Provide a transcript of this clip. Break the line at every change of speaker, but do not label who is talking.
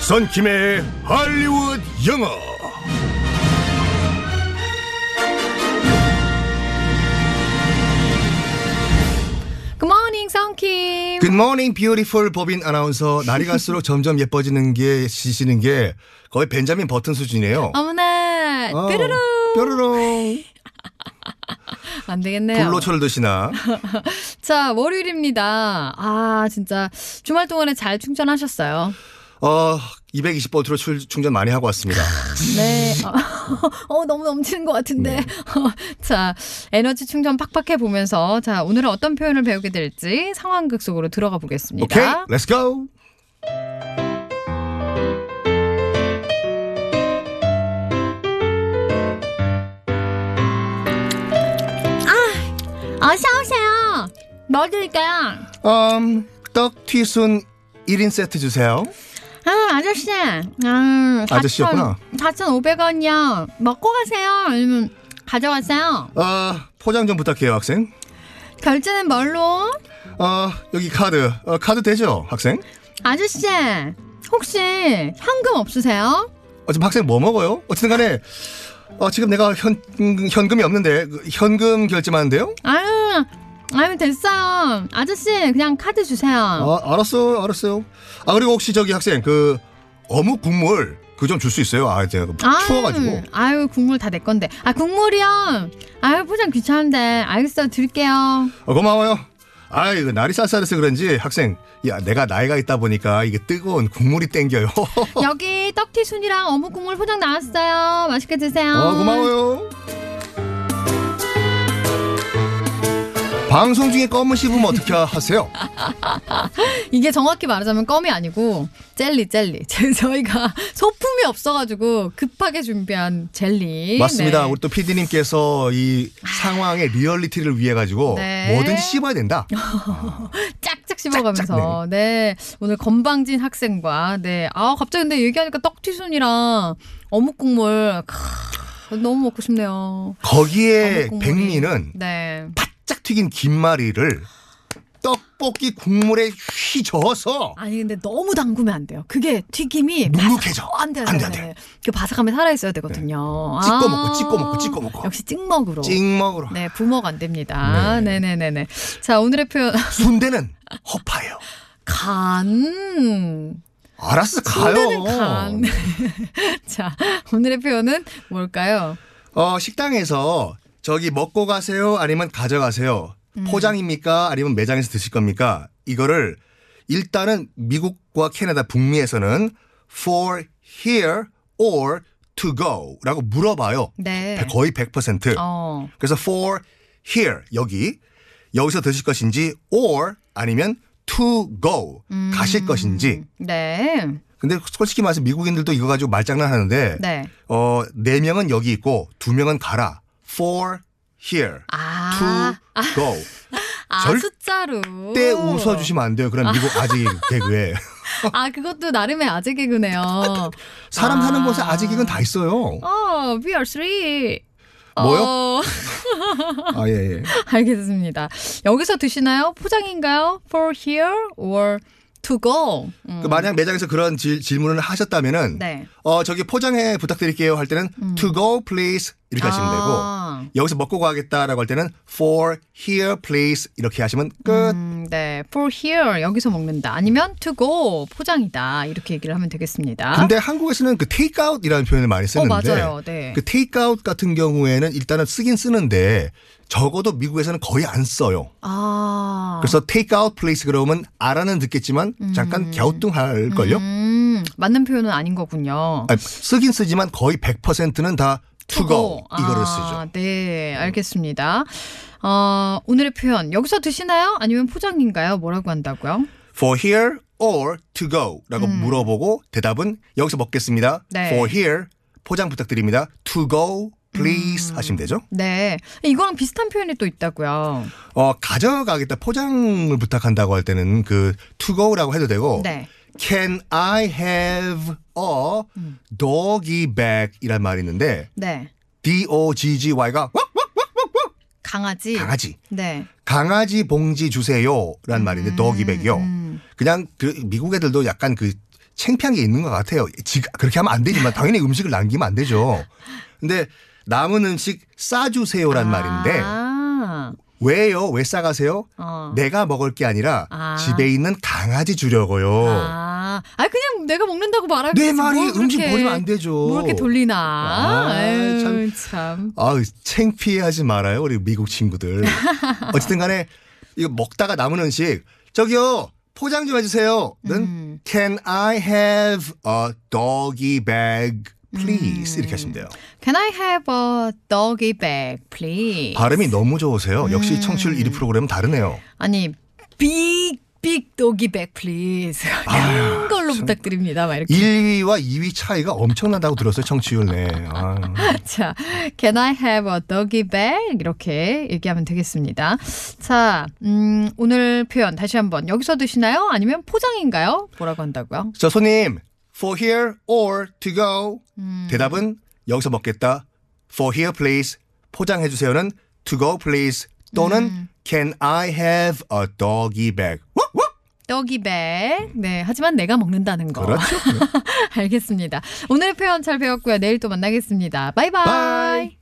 선킴의 할리우드 영어.
Good morning, 성킴.
Good morning, beautiful 법인 아나운서. 날이 갈수록 점점 예뻐지는 게, 지시는 게 거의 벤자민 버튼 수준이에요.
어머나,
어,
어, 뾰루루.
뾰루롱.
네. 안 되겠네요.
불로초를 드시나.
자, 월요일입니다. 아, 진짜 주말 동안에 잘 충전하셨어요.
어, 220볼트로 출, 충전 많이 하고 왔습니다.
네. 어, 너무 넘치는 것 같은데.
네.
자, 에너지 충전 팍팍 해보면서 자, 오늘은 어떤 표현을 배우게 될지 상황극 속으로 들어가 보겠습니다.
오케이, let's go.
어서 오세요. 뭐 드릴까요?
음, 떡 튀순 1인 세트 주세요.
아, 아저씨. 아,
아저씨였구나.
4,500원이요. 먹고 가세요. 아니면 가져가세요.
아, 포장 좀 부탁해요, 학생.
결제는 뭘로?
아, 여기 카드. 어, 카드 되죠, 학생?
아저씨, 혹시 현금 없으세요?
어, 지금 학생 뭐 먹어요? 어쨌든 간에 어, 지금 내가 현, 음, 현금이 없는데 그 현금 결제만 한대요?
아유, 아유, 됐어요. 아저씨, 그냥 카드 주세요.
아, 알았어요. 알았어요. 아, 그리고 혹시 저기 학생 그 어묵 국물 그 좀 줄 수 있어요? 아, 제가
아유,
추워가지고.
아유, 국물 다 내 건데. 아, 국물이요? 아유, 포장 귀찮은데. 알겠어요. 드릴게요.
어, 고마워요. 아, 이거 날이 쌀쌀해서 그런지 학생, 야, 내가 나이가 있다 보니까 이게 뜨거운 국물이 땡겨요. 어.
여기 떡튀순이랑 어묵 국물 포장 나왔어요. 맛있게 드세요.
어, 고마워요. 방송 중에 껌을 씹으면 어떻게 하세요?
이게 정확히 말하자면 껌이 아니고 젤리 젤리 제- 저희가 소품이 없어가지고 급하게 준비한 젤리
맞습니다.
네. 아.
우리 또 PD님께서 이 상황의 리얼리티를 위해 가지고
네.
뭐든지 씹어야 된다.
짝짝 씹어가면서 네 오늘 건방진 학생과 네아 갑자기 근데 얘기하니까 떡튀순이랑 어묵 국물 크, 너무 먹고 싶네요
거기에
어묵 국물이.
백미는
네
바짝 튀긴 김말이를 떡볶이 국물에 휘저어서
아니 근데 너무 담그면 안 돼요 그게 튀김이
눅눅해져.
바삭- 어, 안 돼요
안
안
돼, 안
돼요 안
돼.
돼요 그 바삭함이 살아있어야 되거든요
찍고
아.
먹고, 찍고 먹고, 찍고 먹고.
역시 찍먹으로
찍먹으로.
네, 부모가 안 됩니다. 네, 네, 네, 네. 자, 오늘의 표현
순대는 허파예요.
간.
알았어,
순대는
가요. 네.
간. 자, 오늘의 표현은 뭘까요?
어, 식당에서 저기 먹고 가세요? 아니면 가져가세요?
음.
포장입니까? 아니면 매장에서 드실 겁니까? 이거를 일단은 미국과 캐나다 북미에서는 for here or to go 라고 물어봐요.
네.
거의 100%.
어.
그래서 for here 여기 여기서 드실 것인지 or 아니면 to go
음.
가실 것인지.
네.
근데 솔직히 말해서 미국인들도 이거 가지고 말장난하는데
네.
어, 네 명은 여기 있고 두 명은 가라. for here
아.
to go.
아,
절대
숫자로.
때 웃어 주시면 안 돼요. 그런 미국 아직 개그에
아, 그것도 나름의 아재 개그네요.
사람 사는
아.
곳에 아직 이건 다 있어요.
어, we are three.
뭐요?
어,
아 예 예.
알겠습니다. 여기서 드시나요? 포장인가요? For here or to go? 음,
그 만약 매장에서 그런 질, 질문을 하셨다면은
네. 음.
어 저기 포장해 부탁드릴게요 할 때는 to go please 이렇게 하시면 되고
아.
여기서 먹고 가겠다라고 할 때는 for here please 이렇게 하시면 끝.
음, 네, for here 여기서 먹는다. 아니면 to go 포장이다 이렇게 얘기를 하면 되겠습니다.
근데 한국에서는 그 테이크아웃이라는 표현을 많이
어
쓰는데
맞아요. 네.
그 테이크아웃 같은 경우에는 일단은 쓰긴 쓰는데 적어도 미국에서는 거의 안 써요.
아.
그래서 테이크아웃 플레이스 그러면 알아는 듣겠지만 잠깐 갸우뚱할 걸요.
음, 맞는 표현은 아닌 거군요.
아니, 쓰긴 쓰지만 거의 100%는 다 to go 이거를 쓰죠. 음.
아, 네, 알겠습니다. 어, 오늘의 표현 여기서 드시나요? 아니면 포장인가요? 뭐라고 한다고요?
for here or to go라고 물어보고 대답은 여기서 먹겠습니다.
음. 네.
for here 포장 부탁드립니다. to go
음.
please 하시면 되죠.
네, 이거랑 비슷한 표현이 또 있다고요.
어 가져가겠다 포장을 부탁한다고 할 때는 그 to go라고 해도 되고
네.
can I have a doggy bag이란 말이 있는데
네,
d o g g y가
강아지.
강아지
네.
강아지 봉지 주세요라는 말인데 doggy bag이요.
음.
그냥 그 미국 애들도 약간 그 창피한 게 있는 것 같아요. 지- 그렇게 하면 안 되지만 당연히 음식을 남기면 안 되죠. 근데 남은 음식 싸주세요란 말인데
아,
왜요? 왜 싸가세요?
어.
내가 먹을 게 아니라
아.
집에 있는 강아지 주려고요.
아, 아 그냥 내가 먹는다고 말하겠지.
어. 내 말이
뭘
음식
그렇게-
버리면 안 되죠.
뭐 이렇게 돌리나.
아,
아유,
참.
참.
아, 창피해하지 말아요, 우리 미국 친구들. 어쨌든 간에 이거 먹다가 남은 음식 저기요 포장 좀 해주세요.는
음.
Can I have a doggy bag,
음.
please? 이렇게 하시면 돼요.
Can I have a doggy bag, please?
발음이 너무 좋으세요. 역시
음.
청취율 1위 프로그램 은 다르네요.
아니, big, big doggy bag, please.
아,
큰 걸로
참.
부탁드립니다. 막 이렇게.
1위와 2위 차이가 엄청난다고 들었어요, 청취율 네. 아.
자, can I have a doggy bag? 이렇게 얘기하면 되겠습니다. 자, 음, 오늘 표현 다시 한번 여기서 드시나요? 아니면 포장인가요? 뭐라고 한다고요?
저 손님, for here or to go? 대답은 여기서 먹겠다. for here please. 포장해 주세요는 to go please. 또는 can I have a doggy bag? 워, 워!
doggy bag. 네, 하지만 내가 먹는다는 거.
그렇죠.
알겠습니다. 오늘 표현 잘 배웠고요. 내일 또 만나겠습니다. 바이바이.
바이.